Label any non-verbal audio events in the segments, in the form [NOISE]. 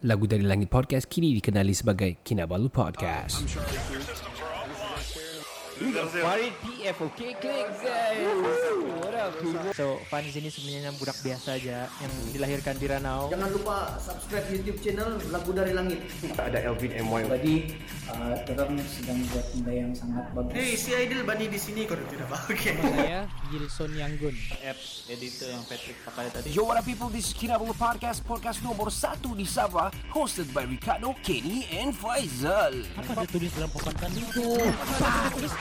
Lagu dari Langit Podcast kini dikenali sebagai Kinabalu Podcast. Farid PF okay klik guys. What up, people? So Fani ini sebenarnya yang budak biasa aja yang dilahirkan di Ranau. Jangan lupa subscribe YouTube channel Lagu Dari Langit. [LAUGHS] ada Elvin MY Jadi uh, orang sedang buat benda yang sangat bagus. Hey, Eh, si Aidil Bani di sini kok tidak [LAUGHS] pakai. Saya Gilson Yanggun. apps editor yang Patrick pakai tadi. Yo, what up, people? This is Kinabalu Podcast, podcast nomor satu di Sabah, hosted by Ricardo, Kenny, and Faizal. Oh, Apa tulis dalam papan tadi?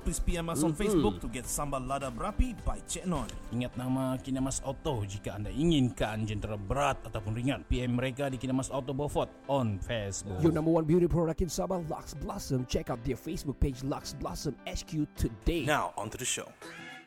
please PM us on Facebook to get Sambal Lada Berapi by Cik Non. Ingat nama Kinamas Auto jika anda inginkan jentera berat ataupun ringan. PM mereka di Kinamas Auto Beaufort on Facebook. Your number one beauty product in Sabah, Lux Blossom. Check out their Facebook page, Lux Blossom HQ today. Now, onto the show.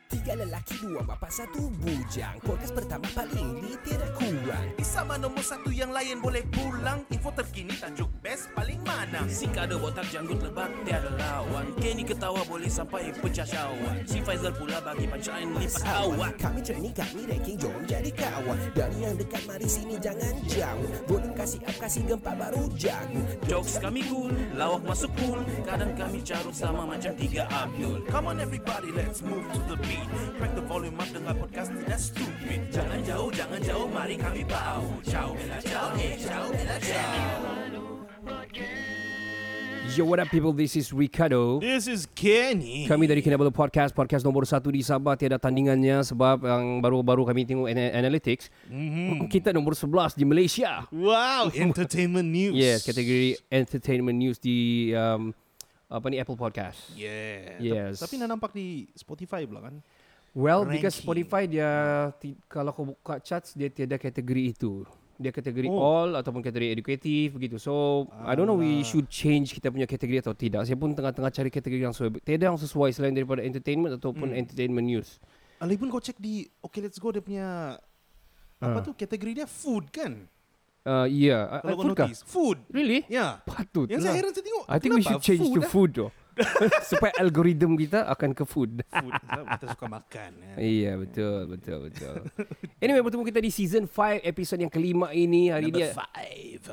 Tiga lelaki, dua bapa, satu bujang. Podcast pertama paling di tiada kurang. Sama nombor satu yang lain boleh pulang Info terkini tajuk best paling mana Si kado botak janggut lebat tiada lawan. Kenny ketawa boleh sampai pecah syawak. Si Faizal pula bagi pancaan lipat Awak, awak. kami training, kami ranking, jom jadi kawan. Dari yang dekat, mari sini jangan jauh. Boleh kasih up, kasih gempa baru jago. Jokes kami cool, lawak masuk cool. Kadang kami carut sama macam tiga Abdul. Come on everybody let's move to the beat Crack the volume up dengar podcast tidak stupid Jangan jauh, jangan jauh, mari kami bau. Ciao, bella, ciao, eh, ciao, bella, ciao. Yo, what up people? This is Ricardo. This is Kenny. Kami dari Kinabalu Podcast, podcast nomor satu di Sabah tiada tandingannya sebab yang baru-baru kami tengok ana- analytics, mm-hmm. kita nomor 11 di Malaysia. [LAUGHS] Wow, entertainment news. Yes, kategori entertainment news di um, apa ni Apple Podcast. Yeah. Yes. Tapi nak nampak di Spotify pula kan? well, because ranking. Spotify dia ti, kalau kau buka charts dia tiada kategori itu. Dia kategori Oh. all ataupun kategori edukatif begitu. So, I don't know Ah. we should change kita punya kategori atau tidak. Saya pun tengah-tengah cari kategori yang sesuai. Tiada yang sesuai selain daripada entertainment ataupun Hmm. entertainment news. Ah, Lagipun kau cek di Okay Let's Go dia punya Ah. apa tu kategori dia food kan? Uh, yeah, I, Kalau I kau food kah? notice, food. Really? Ya. Patut lah. Yang saya heran saya tengok. I think we kenapa should change to ah? food though. [LAUGHS] Supaya algoritma kita akan ke food. Food. Sebab Kita suka makan. eh? kan? Iya betul betul [LAUGHS] betul. anyway bertemu kita di season 5 episod yang kelima ini hari ini.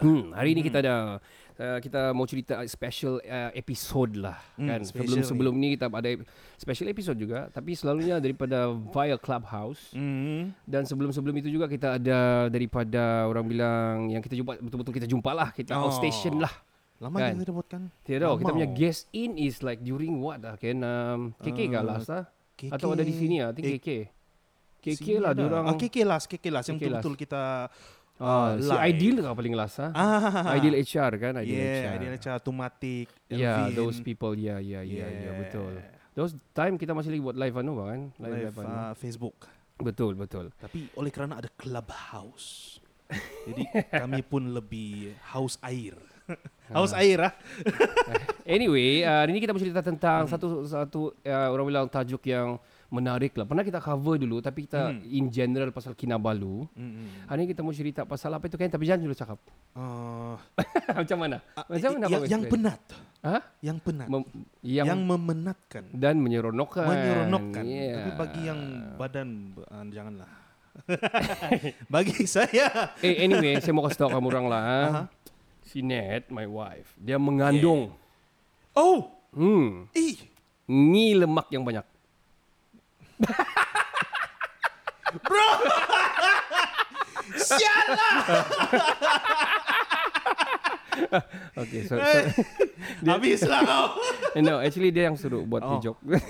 Hmm, hari ini kita ada uh, kita mau cerita special uh, episode lah hmm, kan. Sebelum special sebelum ni kita ada special episode juga tapi selalunya daripada via Clubhouse. Mm-hmm. Hmm. Dan sebelum-sebelum itu juga kita ada daripada orang bilang yang kita jumpa betul-betul kita jumpa lah kita Oh. outstation lah. Lama Kan? kan. kita buat kan? Tiada, kita Lama. punya guest in is like during what lah kan? Um, KK uh, kah last lah? KK. Atau ada di sini lah, I think Eh, KK. KK Sini lah ada. diorang. Ah, KK last, KK last yang KK last. betul-betul kita Ah, ah, si live. Ideal kah paling last lah? Ah. Ideal HR kan? Ideal Yeah, HR. ideal HR, Tumatik, Yeah, Elvin. those people. Yeah, yeah, yeah, yeah, yeah Yeah. betul. Those time kita masih lagi buat live anu bah, kan? Live, live live, anu. ah, Facebook. Betul, betul. Tapi oleh kerana ada [LAUGHS] clubhouse. Jadi kami pun lebih haus air. haus air ah. Anyway, uh, hari ini kita bercerita tentang satu satu uh, orang bilang tajuk yang menarik lah. Pernah kita cover dulu tapi Hmm. kita in general pasal Kinabalu. Mm-hmm. Hari ini kita mau cerita pasal apa itu kan tapi jangan dulu cakap. [LAUGHS] Ah, Macam mana? Macam eh, mana yang, Pak yang Westman? penat. Ha? Yang penat. Mem- yang, yang, memenatkan. dan menyeronokkan. Menyeronokkan. Yeah. Tapi bagi [LAUGHS] yang badan ah, janganlah. [LAUGHS] bagi saya Eh anyway, saya mau kasih tahu kamu orang lah. ha. Si Ned, my wife, dia mengandung Oh, hmm, ih. ni lemak yang banyak. Sialah. [LAUGHS] Okay, so, so Habislah [LAUGHS] kau. Eh, no, actually dia yang suruh buat oh. joke. [LAUGHS]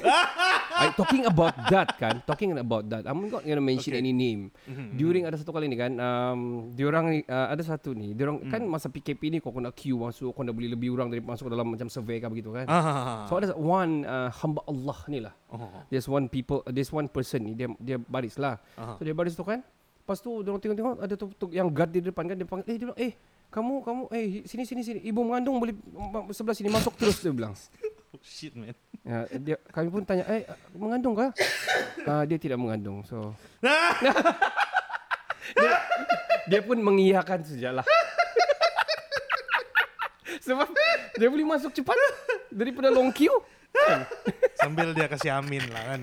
I, talking about that kan, talking about that. I'm not gonna mention any name. Mm-hmm, During ada satu kali ni kan, um, diorang ni, uh, ada satu ni, Mm. diorang kan masa PKP ni kau kena queue masuk, kau nak beli lebih orang dari masuk dalam macam survey ke begitu kan. Ah. So ada one uh, hamba Allah ni lah. Oh. There's one people, there's one person ni dia dia baris Ah. lah. So dia baris tu kan. Lepas tu dia tengok-tengok ada tu, tu yang guard di depan kan dia panggil eh dia bilang, eh kamu kamu eh sini sini sini ibu mengandung boleh mm, sebelah sini masuk terus dia bilang. Oh, shit man. Ya, dia, kami pun tanya, eh mengandung [COUGHS] kah? Ah, dia tidak mengandung, so [LAUGHS] dia, dia pun mengiyakan lah. sajalah. [LAUGHS] Sebab dia boleh masuk cepat daripada long queue. [LAUGHS] Sambil dia kasih amin lah kan.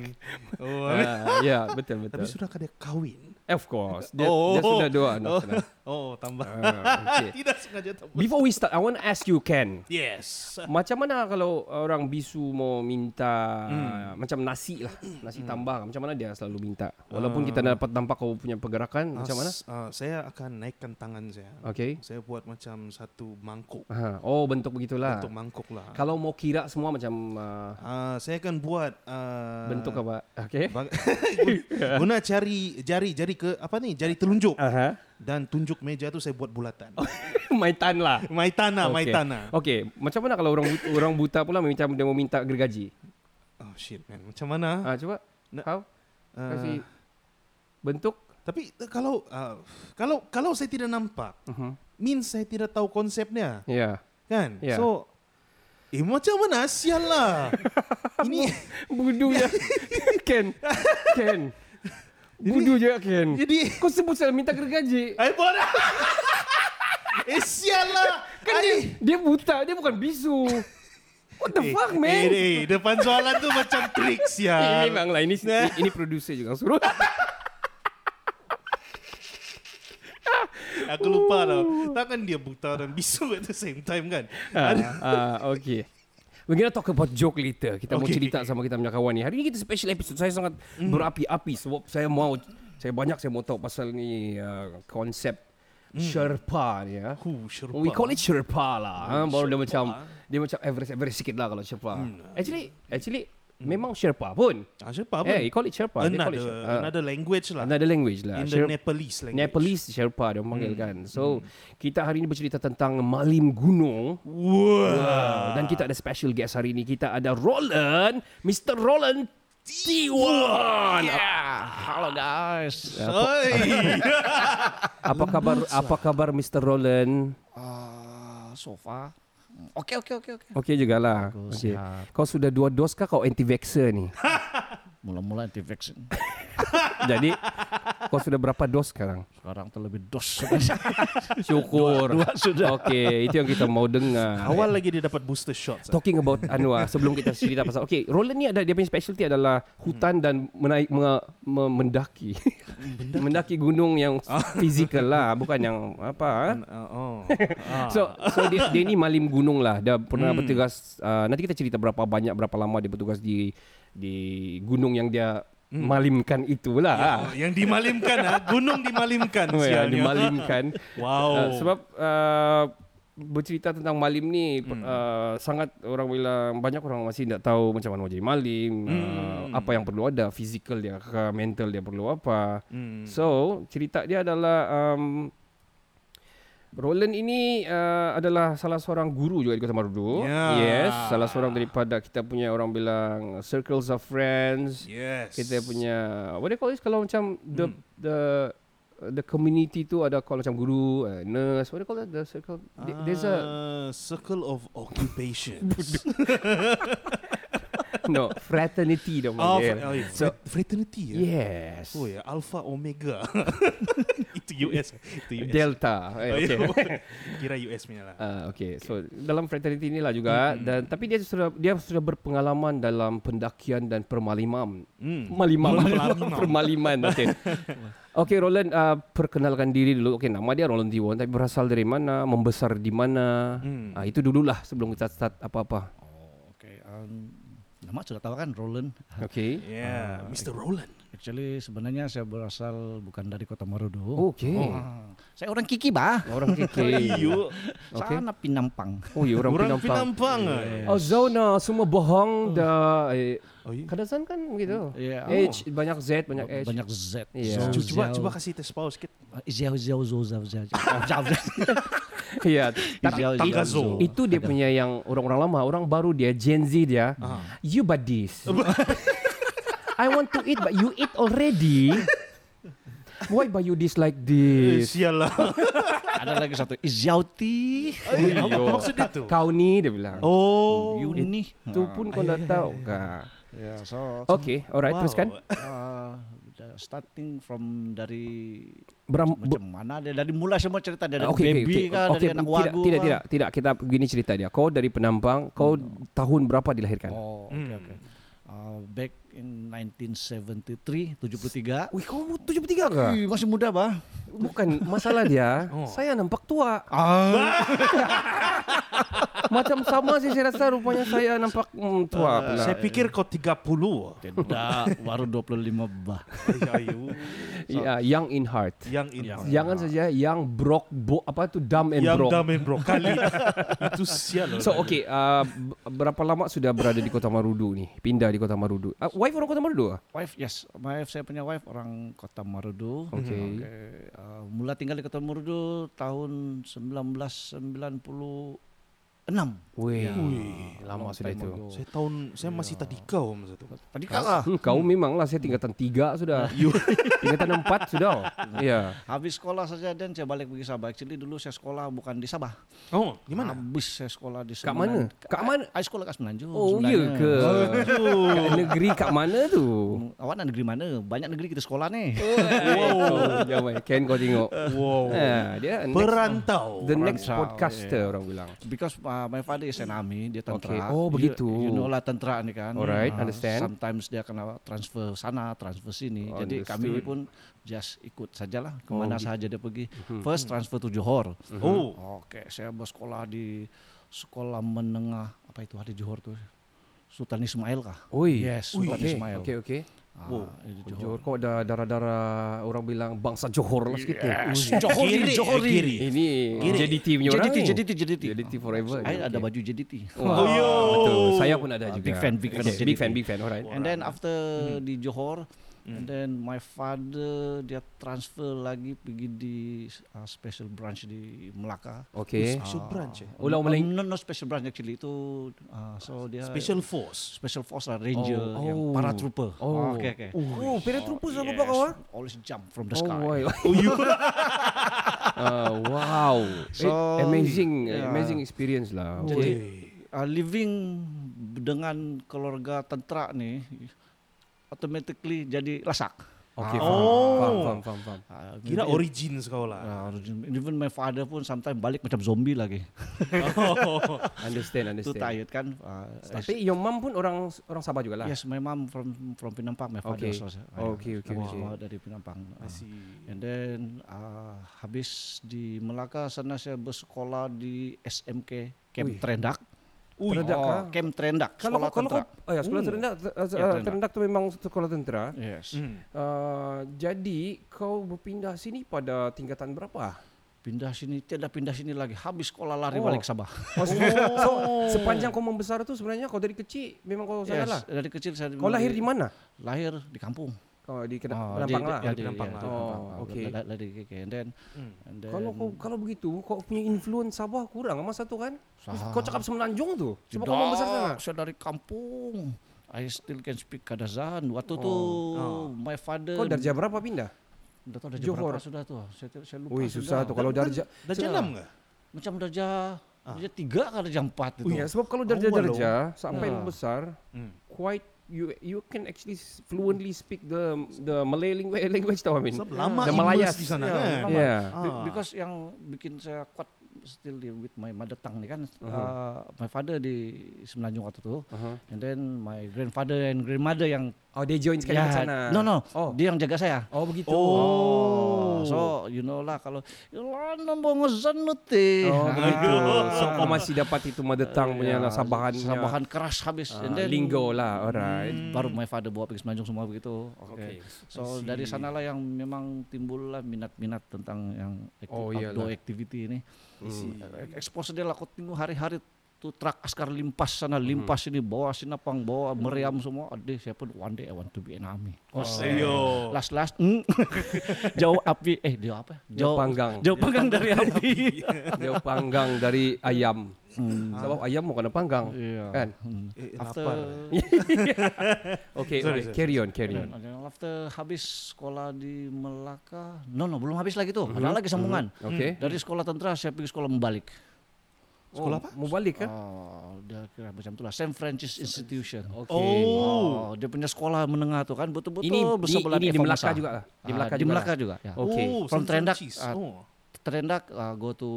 Oh, amin. Ah, ya, betul Tapi betul. sudahkah dia kahwin? Of course, dia, dia sudah dua anak. [LAUGHS] Oh, sudah. oh, tambah. Ah, okay. Tidak sengaja tambah. Before we start, I want to ask you, Ken. Yes. Macam mana kalau orang bisu mau minta macam nasi lah, nasi tambah. Macam mana dia selalu minta? Walaupun kita dapat nampak kau punya pergerakan, macam mana? As- ah, saya akan naikkan tangan saya. Okay. Saya buat macam satu mangkuk. Aha. Oh, bentuk begitulah. Untuk mangkuk lah. Kalau mau kira semua macam uh, Ah, saya akan buat ah, bentuk apa? Okay. bang- [LAUGHS] [LAUGHS] guna cari jari jari ke apa nih jari telunjuk Aha. dan tunjuk meja tu saya buat [LAUGHS] bulatan. Oh. Maitan lah. [LAUGHS] Maitana, Okey. maitana. Okey, macam mana kalau orang buta, orang buta pula minta dia mau minta gergaji? Oh shit man, macam mana? Ah, coba. Na- Kau Ah, kasih bentuk. tapi eh, kalau ah, kalau kalau saya tidak nampak, means saya tidak tahu konsepnya, Mhm. Ya. kan? Ya. So, eh macam mana sial [LAUGHS] lah. Ini Budu ya. [LAUGHS] Ken. Ken. Budu je Ken. jadi Kau sebut saya minta gergaji. Ay, bodoh. [LAUGHS] eh, sial lah. Kan dia, Ay. dia buta, dia bukan bisu. What the fuck, Eh, man? Eh, eh, depan soalan tu macam [LAUGHS] trik Ini sial. memang lah, ini, eh. ini, ini produser juga yang [LAUGHS] suruh. Aku lupa tau. Takkan dia buta dan bisu at the same time kan? Ada- Ah, uh, okay. We're gonna talk about joke later. Kita okay. mau Okay. Hmm. cerita sama kita punya kawan ni. Hari ini kita special episode. Saya sangat berapi-api sebab saya mau saya banyak saya mau tahu pasal ni uh, konsep Sherpa ni ya. Huh, Hmm. Sherpa. Hmm, We call it Sherpa lah. Ha, baru dia macam dia macam Everest Everest sikit lah kalau Sherpa. Hmm. Actually actually memang Sherpa pun. Ah, Sherpa apa? Eh, you call it Sherpa. They call it another, Sherpa. Ah, another language lah. another language lah. In the Sher- Nepalese Hmm. language. Nepalese Sherpa dia orang panggil kan. So, kita hari ini bercerita tentang Malim Gunung. Wow. Dan kita ada special guest hari ini. Kita ada Roland, Mr. Roland Ah. T1. Halo guys. Oi. ah, [LAUGHS] Apa kabar apa kabar Mr. Roland? Ah, sofa. Oke oke oke oke. Okey jugalah. Okey. Kau sudah dua dos kah kau anti vaxxer ni? Mula-mula anti vaksin. [LAUGHS] Jadi kau sudah berapa dos sekarang? Sekarang terlebih dos. Syukur. Dua, sudah. Okey, itu yang kita mau dengar. [LAUGHS] Awal lagi dia dapat booster shot. Tok. Talking about Anwar sebelum kita cerita pasal okay Roland ni ada dia punya specialty adalah hutan dan menaik me, me- mendaki. [LAUGHS] mendaki gunung yang fizikal lah bukan yang apa. ah. oh. So so dia, dia ni malim gunung lah. Dia pernah bertugas uh, nanti kita cerita berapa banyak berapa lama dia bertugas di di gunung yang dia malimkan itulah. ah. Oh, yang dimalimkan ah, gunung dimalimkan Oh ya, sialnya. dimalimkan. [LAUGHS] Wow. Uh, sebab uh, bercerita tentang malim ni uh, Hmm. sangat orang bilang banyak orang masih tidak tahu macam mana jadi malim, uh, Hmm. apa yang perlu ada, fizikal dia, ke, mental dia perlu apa. Hmm. So, cerita dia adalah um, Roland ini uh, adalah salah seorang guru juga di Kota Marudu. Ya. Yes, salah seorang daripada kita punya orang bilang circles of friends Yes. kita punya what do you call this kalau macam the Hmm. the the community tu ada kalau macam guru, uh, nurse, what do you call that? The circle the- there's a Ah, circle of [LAUGHS] occupations. no fraternity dong. Oh, panggil. fr- oh, yeah. Fra- fraternity ya. Yes. Oh ya, Alpha Omega. [LAUGHS] itu US. Itu US. Delta. Eh, Oh, okay. iya. [LAUGHS] Kira US punya lah. Ah, okay. So dalam fraternity inilah juga dan tapi dia sudah dia sudah berpengalaman dalam pendakian dan permalimam. Malimam. [LAUGHS] Permaliman. Okay. okay, Roland ah, perkenalkan diri dulu. Okay, nama dia Roland Diwan tapi berasal dari mana, membesar di mana. Ah, itu dululah sebelum kita start apa-apa. Oh, oke. Um, nama sudah tahu kan Roland. Okay. Yeah, Mr. Roland. Actually sebenarnya saya berasal bukan dari Kota Marudu. Okay. Ah, saya orang Kiki bah. Oh. Orang keke. Iyo, Oke. [LAUGHS] Sana Pinampang. Oh, ya orang orang Pinampang. Pinampang. Oh, zona semua bohong dah. Eh, Oh, iya. Kadazan kan begitu. Iya. H banyak Z banyak H. Oh, [LAUGHS] Banyak Z. Iya. Zau, Coba, coba, zau. Eh, coba kasih tes pause sikit. Zau, zau, zau, zau, [LAUGHS] zau, zau. Zau, zau. Iya. Zau, zau, Tagazo. zau. Itu dia punya yang orang-orang lama, orang baru dia, Gen Z dia. You but this. [LAUGHS] I want to eat but you eat already. Why but you dislike Eh, this? sial lah. Ada lagi satu Izyauti. Iyo. Ka- Kau ni dia bilang. Oh, You ni. Itu pun Oh. kau dah tahu kah? Ya, so Okay, alright, Wow. teruskan. Ah, the starting from dari Beram- macam mana dia dari mulai semua cerita dia Ah, dari okey, okey, baby okey. kah Okey, dari tidak, anak wagu Tidak, kah? tidak, tidak. Kita begini cerita dia. Kau dari Penampang, kau tahun berapa dilahirkan? Hmm. Oh, oke oke. Uh, back in 1973, 73. Wih, kamu 73 kah? Ih, masih muda, Bah. Bukan masalah dia. Saya nampak tua. Ah. [LAUGHS] Macam sama sih saya rasa rupanya saya nampak mm, tua pula. [LAUGHS] Saya pikir kau 30. [LAUGHS] Tidak, [LAUGHS] baru 25, Bah. Ayu. Ya, young in heart. Yang ini. Jangan saja yang brok bo, apa itu dumb and Yang broke. damen bro. [LAUGHS] Kali. Itu sial. lah. So okay, uh, b- berapa lama sudah berada di Kota Marudu nih? Pindah di Kota Marudu. Uh, wife orang Kota Marudu? ah? Wife, yes. My wife, saya punya wife orang Kota Marudu. Oke. Uh, mula tinggal di Kota Marudu tahun 1996. Wih, Long lama sudah time itu. Ya. ago. Saya tahun saya masih tadi kau Mas [LAUGHS] itu. Tadi kalah. Hmm, kau memang lah saya tingkatan tiga [LAUGHS] sudah. tingkatan empat sudah. Ya. Iya. Habis sekolah saja dan saya balik pergi Sabah. Actually dulu saya sekolah bukan di Sabah. Oh, gimana? Habis saya sekolah di Kak mana? Semenan. Kak mana? Saya sekolah kat Semenanjung. Oh iya ke? sebenarnya. Kat negeri kat mana tu? Awak nak negeri mana? Banyak negeri kita sekolah ni. Wow. Jawab, Ken kau tengok. Wow. Ah, dia next- Perantau. the next podcaster orang bilang. Because uh, my father is an army, dia tentera. Okay. Oh, You- begitu. You, know lah tentera ni kan. Alright, Ah, understand. Oh, Sometimes dia kena transfer sana, transfer sini. Jadi Understood. Oh, Mhm. kami ni pun just ikut sajalah kemana sahaja dia pergi. First transfer to Johor. Oh. Hmm. Oke, saya bersekolah di sekolah menengah apa itu ada di Johor tuh. Sultan Ismail kah? Oi. Yes, Ui, Sultan okey, Ismail. Okey, okey. Ah, itu Oh, Johor. Johor kau ada darah-darah orang bilang bangsa Johor lah Eh, sikit. Yes. Oh, Johori, Eh, Johori. Ini JDT punya orang JDT, ni. JDT, JDT. JDT forever. Saya ada baju JDT. Oh, yo. Betul. Saya pun ada juga. Ah, Big fan, big fan of Okay, Big JDT. fan, big fan. Alright. And lah, eh. then after Hmm. di Johor, and then my father dia transfer lagi pergi di uh, special branch di Melaka. Okay. Oh, Special branch. eh? Ulang mulai. Um, no, no special branch actually itu uh, so dia Special force. special force lah ranger Oh. yang paratrooper. Oh. Oke oke. Oh, paratrooper sama apa kau? ah? Always jump from the Oh, sky. why? [LAUGHS] [LAUGHS] Ah, wow. So, Eh, amazing, eh, yeah. amazing experience lah. Jadi uh, living dengan keluarga tentara nih automatically jadi lasak. Okay, Ah. faham, Oh. faham, faham, faham, faham. Uh, Kira maybe- origins kau lah. Ah, even my father pun sometimes balik macam zombie lagi. Understand, Itu understand. tired kan. Ah, Tapi your mom pun orang orang Sabah juga lah. yes, my mom from from Pinampang, my father Okay. also. Oh, okay, okay, okay. Kami semua dari Pinampang. Ah. And then ah, habis di Melaka sana saya bersekolah di SMK Camp Trendak. Ui. Oh, Trendak kah? Camp Trendak. Kalau ah, sekolah kau, kalau kau, tentera. oh ya, sekolah terendak, eh, eh, terendak. terendak tu memang sekolah tentera. Yes. Uh, jadi kau berpindah sini pada tingkatan berapa? Pindah sini, tiada pindah sini lagi. Habis sekolah lari Oh. balik Sabah. Oh, so, sepanjang kau membesar tu sebenarnya kau dari kecil memang kau sana lah. dari kecil saya Kau lahir di mana? Lahir di kampung. Kau di kena Ah, Penampang di- lah. ya, di Penampang ya, lah. di Penampang Oh, lah. okay. Hmm. La- la- la- di- okay. And then, and then Kalau kau kalau begitu kau punya influence Sabah kurang masa tu kan? Kau cakap Semenanjung tu. Sebab kau membesar sana. Tidak, saya dari kampung. I still can speak Kadazan. Waktu tu my Oh, father Kau darjah berapa pindah? Dah tahu darjah Johor? berapa sudah tu. Saya, tu- saya lupa. Wih susah tu kalau Ah. darjah. Dah jalan enggak? Macam darjah darjah tiga ke darjah empat itu. Ya sebab kalau darjah-darjah sampai membesar quite you you can actually s- fluently speak the the Malay language, [LAUGHS] language tau I mean. Sebab the lama immerse Malayas. di sana Ya, kan. lama. Yeah. Be- Because yang bikin saya kuat still deal with my mother tongue ni kan. Uh-huh. uh, my father di Semenanjung waktu tu. And then my grandfather and grandmother yang Oh dia join sekali Ya, yeah. sana. No no, Oh. dia yang jaga saya. Oh begitu. Oh, so you know lah kalau lan nombor ngezan nu teh. Oh, [LAUGHS] begitu. Ah. So kau masih dapat itu mother tongue punya lah, sabahan punya, Eh, ya, Sabahan keras habis. ah, And then, lingo lah. Alright. Baru my father bawa pergi Semenanjung semua begitu. Oke. Okay. So dari sanalah yang memang timbullah minat-minat tentang yang acti- Oh, iyalah. outdoor activity ini. Hmm. Expose dia lah kau tengok hari-hari tuh truk askar limpas sana Hmm. limpas ini bawa sinapang bawa meriam semua aduh saya pun one day I want to be an army oh, Ayo. last last mm. [LAUGHS] jauh api eh jauh apa Jauh panggang. [LAUGHS] Hmm. jauh panggang dari api Dia panggang dari ayam. Sebab ayam mau kena panggang. Iya. Kan? Hmm. Eh, After lapar. Oke, Sorry, oke, sorry. carry on, carry on. Kan After habis sekolah di Melaka, no no belum habis lagi tuh, ada lagi sambungan. Mhm. Oke. Dari sekolah tentara saya pergi sekolah membalik. Sekolah apa? Mau balik kan? Oh, dia kira macam itulah St. Francis Institution. Oke. Oh, dia punya sekolah menengah tuh kan betul-betul Ini, ini, bersebelahan ini di Eva Melaka Musa. juga lah. Di Ah, Melaka di juga. Melaka lah. juga. ya. Oke. Oh, From St. Trendak, Francis. ah, Oh. Terendak ah, go to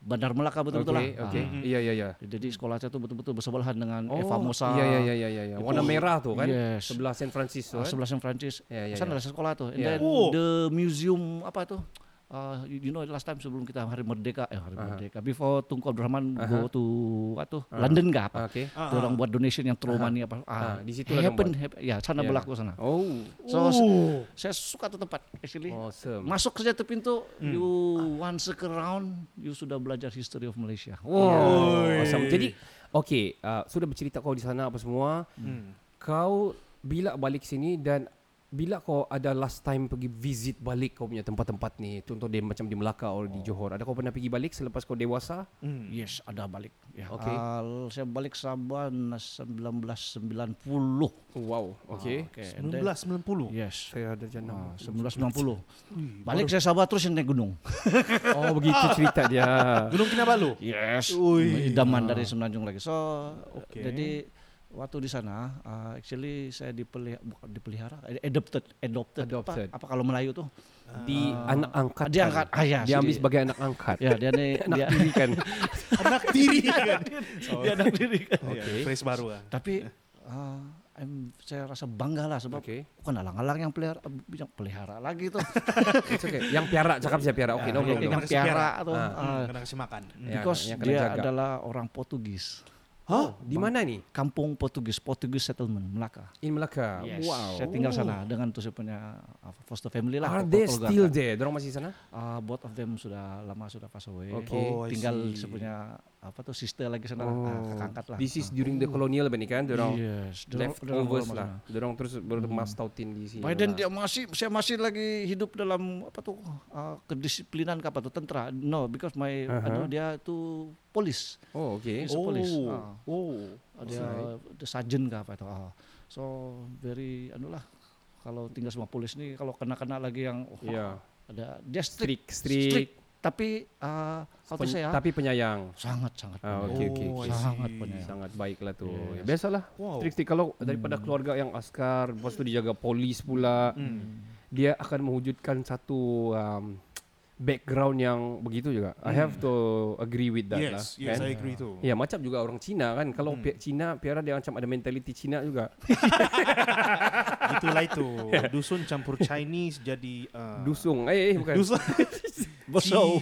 Bandar Melaka Oke, betul-betul lah. oke. Ah, Iya, iya, iya. Jadi sekolah saya tuh betul-betul bersebelahan dengan Oh, Eva Musa. Iya, iya, iya, iya, iya, iya. ya, Warna Itu- merah tuh kan? Yes. Sebelah San Francisco. Ah, Kan? sebelah St. Francis. Ya, ya, Sana ya. ada sekolah tuh. And Ya. then Oh. the museum apa tuh? Uh, you you know last time sebelum kita hari merdeka eh hari merdeka before Tunku Abdurrahman go to atau London gak apa? Oke. Tuh orang buat donation yang trauma nih apa? Ah, Ah, di situ lah happen, orang happen. Ya, sana Ya. berlaku sana. Oh, So se- saya suka tuh tempat actually. awesome. Ya. Masuk saja tuh pintu, you once circle round, you sudah belajar history of Malaysia. Wow. Awesome. Jadi, oke, uh, sudah bercerita kau di sana apa semua. Hmm. Kau bila balik sini dan bila kau ada last time pergi visit balik kau punya tempat-tempat ni, contoh dia macam di Melaka atau Oh. di Johor, ada kau pernah pergi balik selepas kau dewasa? Yes, ada balik. Ya. Oke. Ah, saya balik Sabah nah, 1990. Oh, Wow, oke. Oke, and then- 1990. Yes. Saya ada jenam. Ah, 1990. Balik saya Sabah terus yang naik gunung. Oh, begitu cerita [LAUGHS] dia. Gunung Kinabalu. Yes. Ui. Idaman Ah. dari Semenanjung lagi. So, Oke. jadi waktu di sana ah, actually saya dipelihara, bukan dipelihara, eh, adopted, adopted. Adopted. Apa, apa kalau Melayu tuh? Di anak angkat. Ah. kan? Dia angkat ayah. Dia ambil sebagai anak angkat. Ya, dia [LAUGHS] nih dia. [LAUGHS] Kan. Anak tiri kan. dia anak diri kan. Iya, Phrase baru kan. Tapi ah, I'm- saya rasa bangga lah sebab Oke. bukan alang-alang yang pelihara, yang pelihara lagi [LAUGHS] tuh. It's okay. Yang piara cakap saya piara. Oke, no yang, problem. yang Kasih piara piara. tuh. ah, Karena Hmm, kasih makan. Ya, Because yang kena dia jaga. adalah orang Portugis. Hah? Di mana ni? Kampung Portugis, Portugis settlement Melaka. In Melaka. Wow. Saya tinggal sana dengan tuh saya punya uh, foster family lah. Are keluarga they kan. still there? Dorang masih sana? Uh, both of them sudah lama sudah pass away. Oke. Oh, I tinggal see. saya punya apa tuh sister lagi sana, ah, kakak angkat lah. Iya, This is Ah. during the colonial apa ni kan? Dorang yes, dorang- dorang leftovers bawa lah. masuk. Dorang terus bermas tautin di sini. By then lah. Hmm. dia masih saya masih lagi hidup dalam apa tuh uh, kedisiplinan ke apa tuh tentara. No, because my aduh, dia tuh polis. Oh, okay. He's a police. Oh. Ah. Oh. ada the sergeant kah apa itu ah. so very anu lah kalau tinggal sama polis nih kalau kena-kena lagi yang oh, wah, Ya. ada dia Strict, strict strict. tapi ah, kalau Pen- saya Tapi penyayang. sangat sangat Ah, penyayang. okay, okay, Oh, okay. I sangat see. penyayang Sangat baiklah tu. Yes. Biasalah. Wow. Hmm. Strict strict kalau daripada keluarga yang askar, lepas tu dijaga polis pula. Hmm. Dia akan mewujudkan satu um, background yang begitu juga. I have to agree with that lah. Hmm. Yes, yes, kan? I agree Hmm. too. Ya macam juga orang Cina kan Kalau pi- Cina Piara dia macam ada mentaliti Cina juga Itulah [LAUGHS] itu. Dusun campur Chinese jadi uh, Dusung Eh eh bukan [LAUGHS] Dusun. Bosau.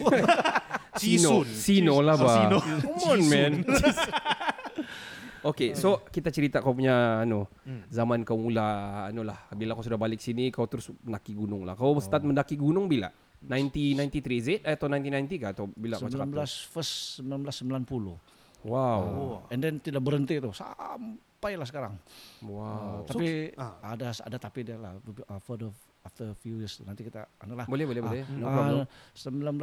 Sino Cisun. [LAUGHS] Sino lah Oh, bah Sino. Come on [LAUGHS] man Okay Hmm. so Kita cerita kau punya anu, Zaman kau mula anu lah Bila kau sudah balik sini Kau terus mendaki gunung lah Oh. Kau start mendaki gunung bila? 1993 is it? Eh, Atau 1990 ke? Atau bila kau cakap 19 tu? first 1990 Wow and then tidak berhenti itu sampai lah sekarang Wow Ah, tapi ada ada tapi dia lah ah, for the after few years nanti kita anu lah Boleh boleh Ah, boleh No ah, problem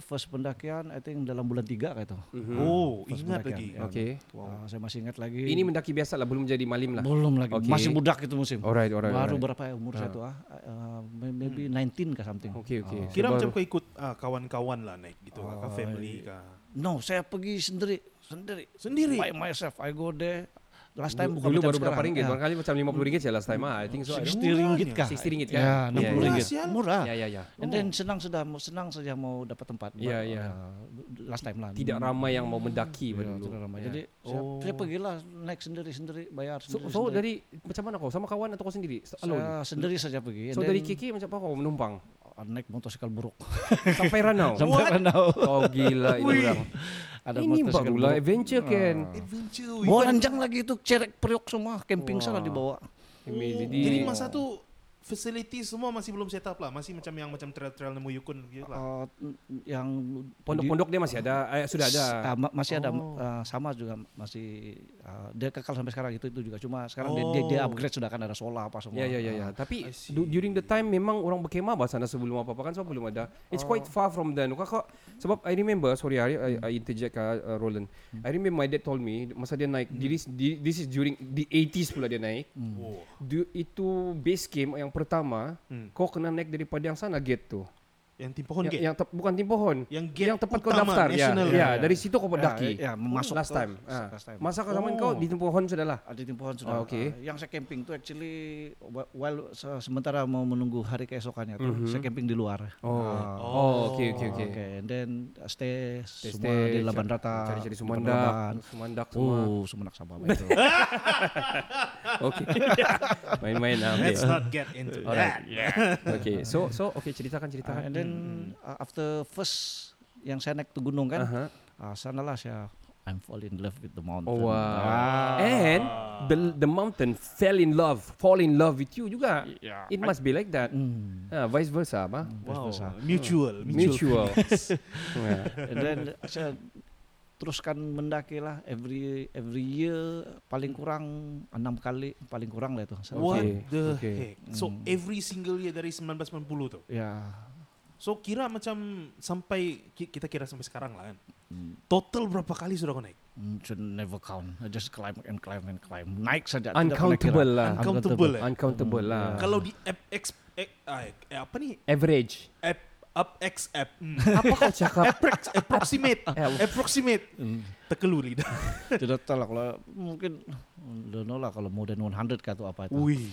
1990 first pendakian I think dalam bulan 3 kayak itu. Oh, First ingat pendakian, lagi. ya. Okay Ah, saya masih ingat lagi. Ini mendaki biasa lah Belum jadi malim lah belum lagi. Okay. Masih budak itu musim. Alright alright alright. Baru Hmm. berapa ya umur saya tuh ah? Ah, may- maybe 19 kah something. Okay okay So, Kira macam baru- kau ikut ah, kawan-kawan lah naik gitu, Ah, oh, kah family kah. No, saya pergi sendiri, sendiri, Sendiri? By myself, I go there. Last time bukan Dulu macam baru berapa sekarang, ringgit? ya. Barangkali macam 50 ringgit ya last time. Ah, I think so. I don't know. 60 ringgit kah? 60 ringgit kan? Ya, Ya, 60 ya, ringgit. ya. Murah. Ya, ya, ya. And then senang sudah senang saja mau dapat tempat. Ya, But, ya. uh, last time lah. Tidak ramai yang mau mendaki pada Ya, dulu. tidak ramai. Jadi saya, saya pergilah naik sendiri-sendiri bayar So, sendiri. so dari macam mana kau? Sama kawan atau kau sendiri? So, Alone. saya sendiri saja pergi. So And dari then, KK macam apa kau menumpang? uh, naik motosikal buruk Sampai [LAUGHS] Ranau. sampai Ranau. Oh gila ini orang. Ada ini motosikal barulah buruk. Ah. adventure kan. Adventure. Bawa ranjang lagi itu cerek periuk semua camping sana dibawa. Ini Jadi Jadi masa tu Facility semua masih belum set up lah, masih macam yang macam trail-trail nemu Yukun gitu Ah. lah. Eh, yang Pondok-pondok dia masih ada, eh, sudah ada. S- ah, ma- masih ada Oh. eh, sama juga masih eh, dia kekal sampai sekarang itu itu juga cuma sekarang dia, dia dia Oh. upgrade sudah kan ada solar apa semua. Ah, Ya ya ya ya. Tapi du- during the time memang orang berkemah bahasa sana sebelum apa-apa kan sebab belum ada. It's quite far from then. Kau kau sebab I remember sorry Ari I, I interject ah, uh, Roland. I remember my dad told me masa dia naik this, this is during the 80s pula dia naik. Wow. Du- itu base camp yang pertama Hmm. kau kena naik daripada yang sana gate tu. Yang tim pohon yang, gate. yang tep- bukan tim pohon. Yang gate yang tempat kau utama, daftar ya. national. ya, Ya, ya. dari situ kau pendaki. ya, masuk last ke- time. Ah. last time. Masa kau zaman kau di tim pohon sudah lah. Ada tim pohon sudah. Oh, okay. Ah, yang saya camping tuh actually wa- while se- sementara mau menunggu hari keesokannya tuh Mhm. saya camping di luar. Oh. Ah, Oh, oke oke oke. Oke, and then uh, stay, Stay, stay, semua di cari- Laban Rata. cari-cari di Sumandak, Uh. Laban. Sumandak semua. [LAUGHS] Oh, Sumandak sama itu. Oke. Main-main ah, okay. Let's not get into Alright. that. Okay. So so okay ceritakan Ah, ceritakan. and then hmm, uh, after first yang saya naik ke gunung kan, Aha. ah, sanalah saya I'm fall in love with the mountain. Oh wow. Ah. And the the mountain fell in love, fall in love with you juga. Yeah. It must be like that. Hmm. Ah, vice versa, apa? Wow. Besar. Mutual, mutual. Hmm. Mutual. [LAUGHS] Ya. And then [LAUGHS] saya teruskan mendaki lah every every year paling kurang enam kali paling kurang lah itu. Saya- What Okay, the okay. Hmm. heck? So every single year dari 1990 tuh. Ya. So kira macam sampai ki- kita kira sampai sekarang lah kan. Hmm. Total berapa kali sudah kau naik? mm, Should never count. I just climb and climb and climb. Naik saja. tidak pernah Uncountable kira. lah. Uncountable, eh? Uncountable lah. Kalau di app X eh, ah, eh, apa nih? average. App up X app. [LAUGHS] Hmm. Apa kau cakap? Approx- [LAUGHS] approximate. approximate. Hmm. Tekelu lidah. Tidak tahu lah kalau mungkin don't know lah kalau more than 100 kah atau apa itu. [LAUGHS] Wih.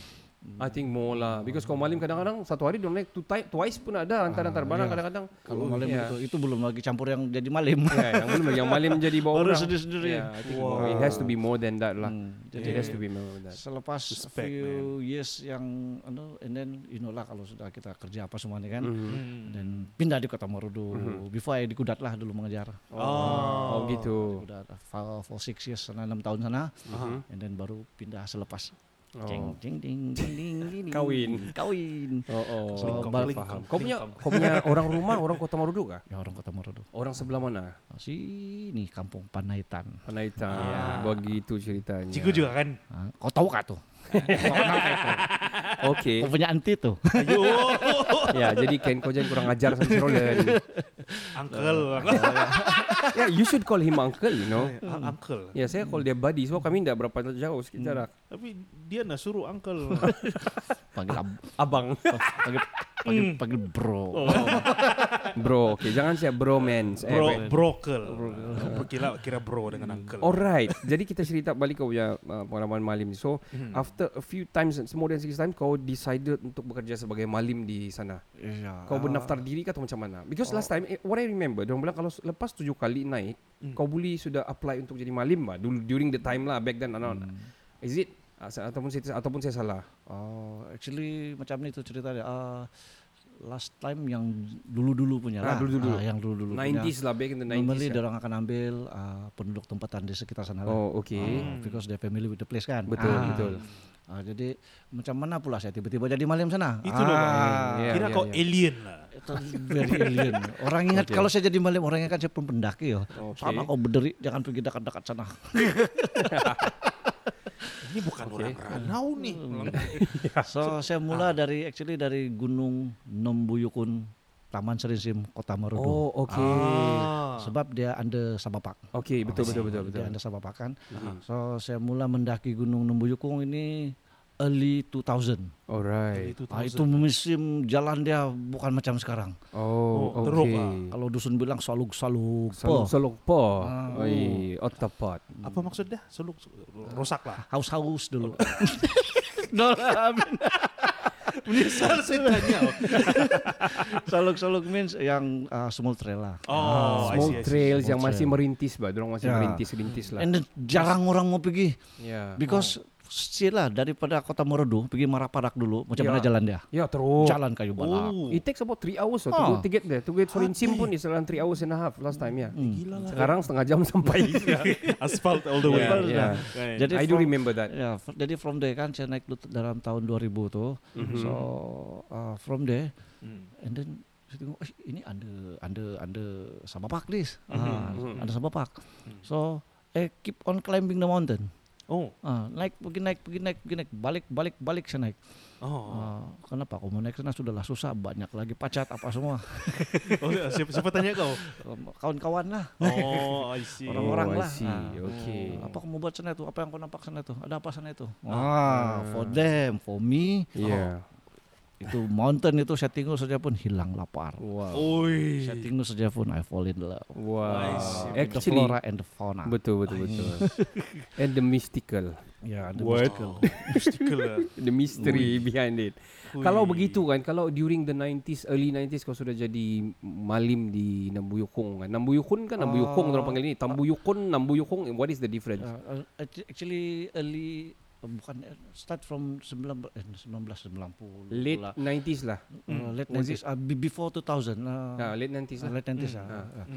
I think more lah. Because kau malim kadang-kadang satu hari dia naik two ti- twice pun ada antar-antar barang kadang-kadang. Kalau malam ya. [LAUGHS] itu itu belum lagi campur yang jadi malim. Ya, yang belum yang malim jadi bawa Baru orang. sendiri-sendiri. Hmm, Ya, I think more. It has to be more than that lah. Jadi it has to be more than that. Selepas Respect, few years yang anu and then you know lah kalau sudah kita kerja apa semuanya kan. Mm-hmm. Dan pindah di Kota Marudu. Before I di Kudat lah dulu mengejar. Oh, Mm-hmm. gitu. Udah for, for six years sana enam tahun sana, and then baru pindah selepas. Jeng, jeng, ding, ding, ding, ding, ding. Oh. Kawin. kawin. Oh, oh. So, Kau bal- faham. Kau punya kau [LAUGHS] punya orang rumah orang Kota Marudu kah? Ya orang Kota Marudu. Orang sebelah mana? Sini kampung Panaitan. Panaitan. Begitu ceritanya. Ciku juga kan? [LAUGHS] Ah, Kau tahu kah tuh? Kau kenal kah itu? Oke. Kau punya anti [LAUGHS] tuh. ya, jadi Ken kau jangan kurang ajar sama si Roland. Nah, Uncle. [LAUGHS] ya, you should call him uncle, you know. Ah, Uncle. Ya, saya call dia buddy. Sebab kami tidak berapa jauh sedikit jarak. Tapi dia nak suruh [LAUGHS] uncle. Panggil ab- Abang. panggil, panggil, panggil bro. Bro, okay. Jangan saya bromance. Eh, Hmm. Bro, wait. brokel. Kira kira bro dengan uncle. Alright. Jadi kita cerita balik kau punya uh, pengalaman malim ni. So, after a few times, more than six times, kau decided untuk bekerja sebagai malim di sana. Iya. Kau berdaftar diri ke atau macam mana? Because last time, eh, what I remember, diorang bilang kalau s- lepas tujuh kali naik, kau boleh sudah apply untuk jadi malim lah. Dulu, during the time lah, back then. anak-anak. Is it? Ah, sa- Ataupun saya, ataupun saya salah. Oh, actually macam ni tuh ceritanya. Ah, last time yang dulu-dulu punya Ah, lah. dulu-dulu. Ah, yang dulu-dulu punya. 90s lah, back in the 90s. Normally lah. orang akan ambil ah, penduduk tempatan di sekitar sana. lah. Oh, okay. Ah, because they family with the place kan. Betul, Ah. betul. Ah, jadi macam mana pula saya tiba-tiba jadi malam sana? Itu loh. Ah, Iya, Kira iya, kau iya. alien lah. itu very alien. Orang ingat kalau saya jadi malam orang ingat saya pun pendaki ya. Sama kau berdiri jangan pergi dekat-dekat [LAUGHS] sana. Ini bukan orang Ranau nih. So saya Ah. mula dari actually dari Gunung Nombuyukun Taman Serinsim Kota Marudu. Oh, okay. Ah. Sebab dia under Sabapak. Okay, betul, betul, betul. betul. Dia under Sabapak kan. So saya mula mendaki Gunung Nombuyukun ini early 2000. Alright. Itu Ah, itu musim jalan dia bukan macam sekarang. Oh, Oh, teruk, okay. ah. Kalau dusun bilang saluk-saluk. Saluk po. saluk po. Oi, otapat. apa maksudnya? Seluk rosak [LAUGHS] lah. Haus-haus [LAUGHS] dulu. Menyesal saya tanya. saluk-saluk means yang ah, small trail lah. Oh, I Small see, I see. trails Small yang masih trail. merintis, bah. Dorong masih Ya. merintis, rintis lah. And then jarang orang mau pergi Ya. because sila daripada Kota Morodo pergi Marapadak dulu. Macam mana jalan dia? Ya terus. Jalan kayu balak. Oh. It takes about 3 hours lah. Ah. Tunggu tiket dia. Tunggu Sorinsim pun is around 3 hours and a half last time ya. Gila lah. Sekarang setengah jam [LAUGHS] sampai. [LAUGHS] Asphalt all the way. Yeah, yeah. I Jadi do from- remember that. Ya, f- jadi from there kan saya naik dulu dalam tahun 2000 tuh. Mhm. So uh, from there Hmm. and then saya tengok "Eh, ini ada ada ada sama pak this. Mhm, Ah, mhm. ada sama pak. So eh keep on climbing the mountain. Oh. Ah, naik pergi naik pergi naik pergi naik balik balik balik saya naik. Oh. Ah, kenapa aku mau naik sana sudahlah susah banyak lagi pacat apa semua. [LAUGHS] Oh, siapa, siapa tanya kau? Kawan-kawan lah. Oh, I see. Orang-orang Oh, I lah. see. Ah. Okay. Hmm. Apa kamu buat sana itu? Apa yang kau nampak sana itu? Ada apa sana itu? Ah. Ah, for them, for me. Yeah. oh, itu mountain itu saya tinggal saja pun hilang lapar. Wow. Oi. Saya tinggal saja pun I fall in love. Wow. With the Actually, flora and the fauna. betul betul betul. and the mystical, Ya, ada What? mystical. Mystical lah. the mystery behind it. Ui. Kalau begitu kan, kalau during the 90s, early 90s kau sudah jadi malim di Nambuyukong kan. Nambuyukon kan, Nambuyukong orang panggil ini. Tambuyukon, Nambuyukong, what is the difference? Ya, uh, actu- actually early uh, bukan eh, start from 19 eh, 1990 Late lah. 90s lah. Uh, late Was it- 90s uh, be- before 2000 uh, Ah, late 90s Ah, lah. late 90s ah, Ah. ah.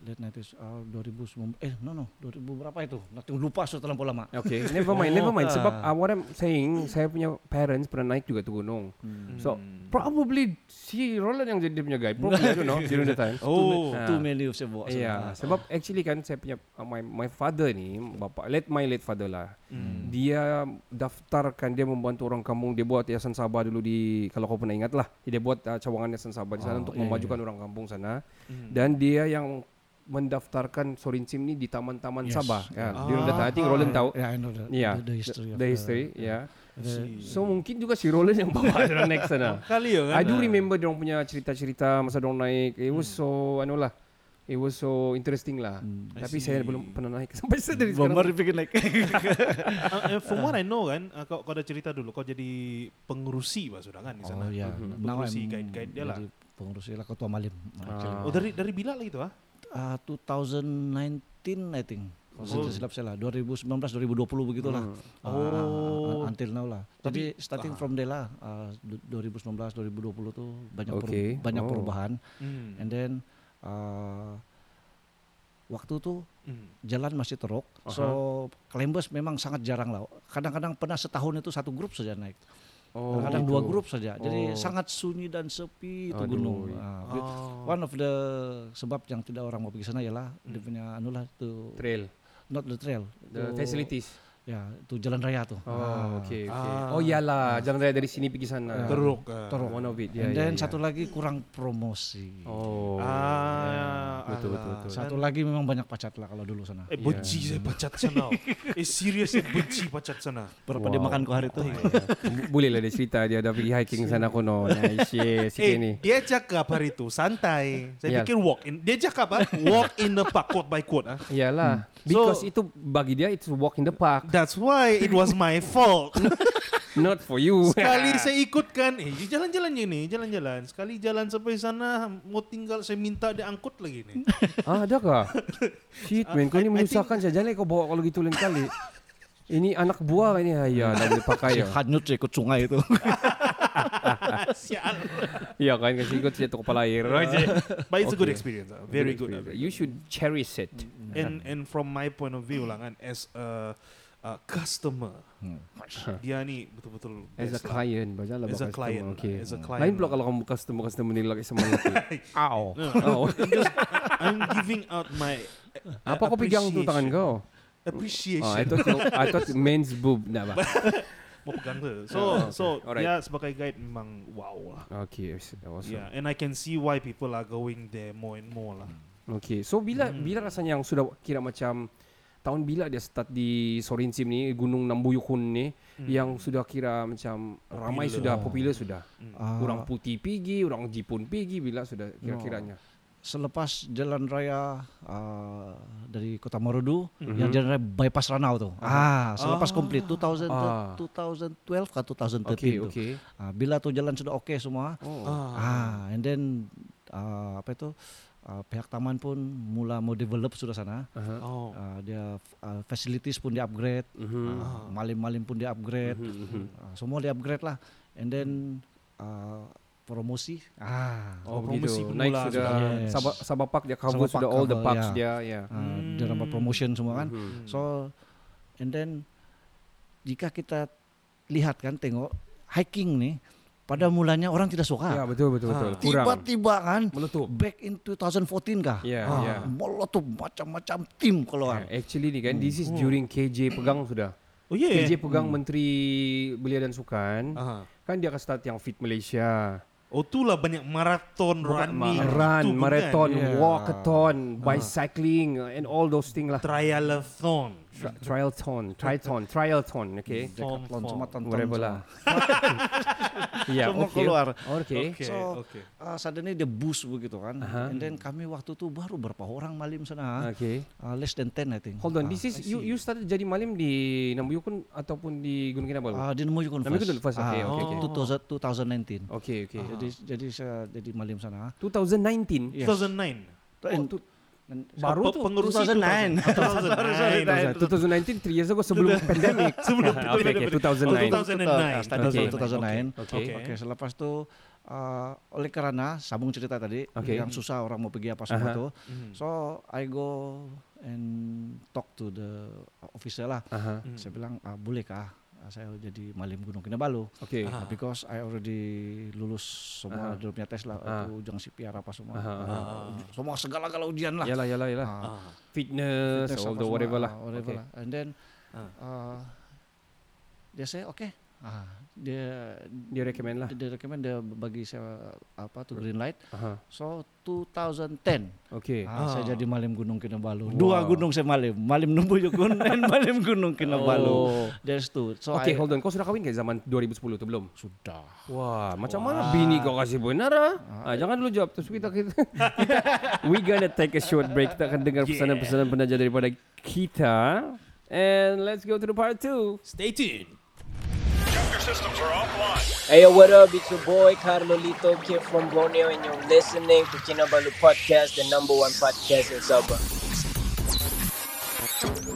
Late 90s ah, 2019 eh no no 2000 berapa itu? Nanti lupa sudah terlalu lama. Okay, never mind, never mind. Sebab Ah. uh, what I'm saying, saya punya parents pernah naik juga tu gunung. So, probably si Roland yang jadi dia punya guide. Probably, I don't know, during the time. Oh. Ah. Too many of saya bawa. Ya, yeah, sana. sebab actually kan saya punya uh, my my father ni, bapa let my late father lah. Hmm. Dia daftarkan dia membantu orang kampung, dia buat yayasan Sabah dulu di kalau kau pernah ingat lah. Dia buat uh, cawangan yayasan Sabah di sana Oh, untuk iya, Hmm. memajukan orang kampung sana. Dan dia yang mendaftarkan Sorinsim ni di taman-taman Yes. Sabah. Ya, Ah. during that time, I think Roland tahu. Yeah, I know the, Ya, the, the history. of the history, ya. the- So mungkin juga si Roland yang bawa [LAUGHS] dia naik sana. [LAUGHS] Kali ya kan? I do remember dia punya cerita-cerita masa dia naik. It was so anu lah. It was so interesting lah. Tapi Hmm. I see. saya belum pernah naik [LAUGHS] sampai saya dari Belum sekarang. baru pikir naik. Uh, uh, from what I know kan, uh, kau, kau ada cerita dulu, kau jadi pengurusi pak sudah kan di sana. Oh ya. Mhm. Now Pengurusi, I'm guide-guide dia lah. jadi Pengurusi lah ketua malim. actually. Oh dari dari bila lah itu ah? Ah, 2019 I think. Kalau saya tidak silap saya lah 2019 2020 begitulah. Ah, Hmm. Oh. until now lah. Tapi starting from there lah ah, du- 2019 2020 tuh banyak peru- Okay. banyak Oh. perubahan. Hmm. And then ah, waktu tuh Hmm. jalan masih teruk. So climbers memang sangat jarang lah. Kadang-kadang pernah setahun itu satu grup saja naik. Oh, Kadang-kadang gitu. dua grup saja. Jadi Oh. sangat sunyi dan sepi itu Aduh. gunung. Ah, be- Oh. One of the sebab yang tidak orang mau pergi sana ialah dia punya anu lah itu Hmm. Trail, not the trail, the itu- facilities. Ya, itu jalan raya tuh. Oh, Ah. okay, okay. Oh. Ah. Oh iyalah, jalan raya dari sini pergi sana. Teruk. ah. Teruk. One of it. And Yeah, yeah, yeah. then satu lagi kurang promosi. Ya, Oh. Ah, Betul, alah. betul, betul. Satu lagi memang banyak pacat lah kalau dulu sana. Eh benci saya pacat sana. eh serius saya benci pacat sana. Berapa dia makan kau hari itu? [LAUGHS] Boleh lah dia cerita dia dah pergi hiking sana kono. [LAUGHS] Nah, share sikit ni. Eh dia cakap hari itu santai. Iya. Saya pikir walk in. Dia cakap ah walk in the park quote by quote ah. Iyalah. So- Because itu bagi dia it's walk in the park, That's why it was my [LAUGHS] fault. not for you. Sekali [LAUGHS] saya ikutkan, eh jalan-jalan ini, jalan-jalan. Sekali jalan sampai sana mau tinggal saya minta dia angkut lagi nih. Ah, ada [LAUGHS] kah? Shit, man. Kau ni I- I menyusahkan saya. Jangan kau bawa kalau gitu lain kali. Ini anak buah ini. Ya, dah boleh pakai [LAUGHS] Si ya. hanyut saya ikut sungai itu. Sial. Ya kan, kasih ikut saya tu kepala air. Ah. But it's a good experience. ah. Very good. ah. You should cherish it. And and from my point of view lah kan as a, a customer. Dia ni betul-betul As a best lah. client, baca lah. As a client, Okay. Hmm. as a Lain client. pula kalau kamu customer customer ni lagi sama lelaki. [LAUGHS] Ow. Oh. I'm giving out my [LAUGHS] Apa kau pegang tu tangan kau? Appreciation. Oh, I thought you, I thought men's boob [LAUGHS] nak bah. Mau pegang tu. So Oh, okay. so Alright. dia sebagai guide memang wow lah. Okay, awesome. Yeah, and I can see why people are going there more and more lah. Hmm. Okay, so bila bila rasanya yang sudah kira macam tahun bila dia start di Sorinsim ni Gunung Nambuyukun ni yang sudah kira macam ramai sudah Hmm. popular Hmm. sudah. Ah. Orang putih pigi, orang Jipun pigi bila sudah Oh. kira-kiranya. Selepas jalan raya ah, dari Kota Morodu, yang jalan raya bypass Ranau tuh. Ah, selepas komplit 2000, Ah. 2012 ke 2013 Okay, tuh. okay. Ah, bila tuh jalan sudah oke semua, Oh. Ah, and then ah, apa itu? ah, uh, pihak taman pun mula mau develop sudah sana. Aha. Oh. Uh, dia uh, facilities pun di upgrade, Mm-hmm. Hmm. uh, malim-malim pun di upgrade, Mhm. uh, semua di upgrade lah. And then uh, promosi, ah, Oh, promosi begitu. pun Naik mula sudah sudah. Yes. Sabah, Sabah Park dia cover Sabah Park sudah all the cover, parks ya. dia Mm-hmm. ya. uh, dia dapat promotion semua kan. Hmm. So and then jika kita lihat kan tengok hiking nih, pada mulanya orang tidak suka. Hmm. Ya betul betul betul. Kurang. Tiba-tiba kan Meletup. back in 2014 kah? Ya, Ah, ya. Meletup macam-macam tim keluar. Yeah, Actually ni kan Hmm. this is during KJ pegang sudah. Oh iya. KJ pegang Menteri Belia dan Sukan. Ah. Aha. Kan dia akan start yang Fit Malaysia. Oh itulah banyak maraton running, Run, itu, marathon, Yeah. Ah. walkathon, bicycling and all those thing lah. bukan? kan? triathlon. Tri- triathlon, triathlon, triathlon, okay. Form, Decathlon form. semua tonton. Whatever [LAUGHS] lah. Ya, Semua oke. keluar. Oke. Oke, So, oke. ah, suddenly the boost begitu kan. And then kami waktu itu baru berapa orang malim sana. Oke. Ah, less than 10 I think. Ah. Hold on, this is you you started jadi malim di Namuyukun ataupun di Gunung Kinabalu? Ah, di Nemo Yukon Nemo Yukon First. First, oke, Ah, oke, oke. 2000 2019. Oke, Oh. oke. Ah, Jadi jadi saya jadi malim sana. 2019. Yes. 2009. And- Oh, tu- and- Baru Pe- tuh pengurusan 2009. 2009. 2019 3 years ago [LAUGHS] sebelum pandemic. Sebelum Ah, Oke, oke, pandemic. 2009. 2009. 2009. Oke. Standar 2009. Oke. Oke, selepas itu uh, oleh karena sambung cerita tadi Oke. yang susah orang mau pergi apa semua Aha. tuh. So I go and talk to the officer lah. Aha. Saya bilang ah, bolehkah ah, saya jadi malim Gunung Kinabalu? Oke. Ah, because I already lulus semua dia punya tes lah Aha. itu ujian CPR apa semua. Aha, aha. Ya, Ah, uj- Semua segala-gala ujian lah. Yalah, yalah, yalah. Ah, Fitness, Fitness all apa the semua, whatever ah, lah. whatever Oke. Ah. lah. And then uh, dia saya oke. Ah, dia Dia recommend lah. dia, dia recommend dia bagi saya apa tuh green light. Aha. So 2010 Oke. ah, saya jadi malim Gunung Kinabalu. Wow. Dua gunung saya malim, malim Numbu Yukun [LAUGHS] dan malim Gunung Kinabalu. Oh. There's two. So Oke, I- hold on. Kau sudah kawin kayak zaman 2010 tuh belum? sudah. Wah, macam mana bini kau kasih benar ah? ah jangan dulu jawab terus kita kita, kita we gonna take a short break. Kita akan dengar pesanan-pesanan penaja daripada kita. And let's go to the part 2. Stay tuned. Hey, yo, what up? It's your boy Carlolito, kid from Borneo, and you're listening to Kinabalu Podcast, the number one podcast in Sabah.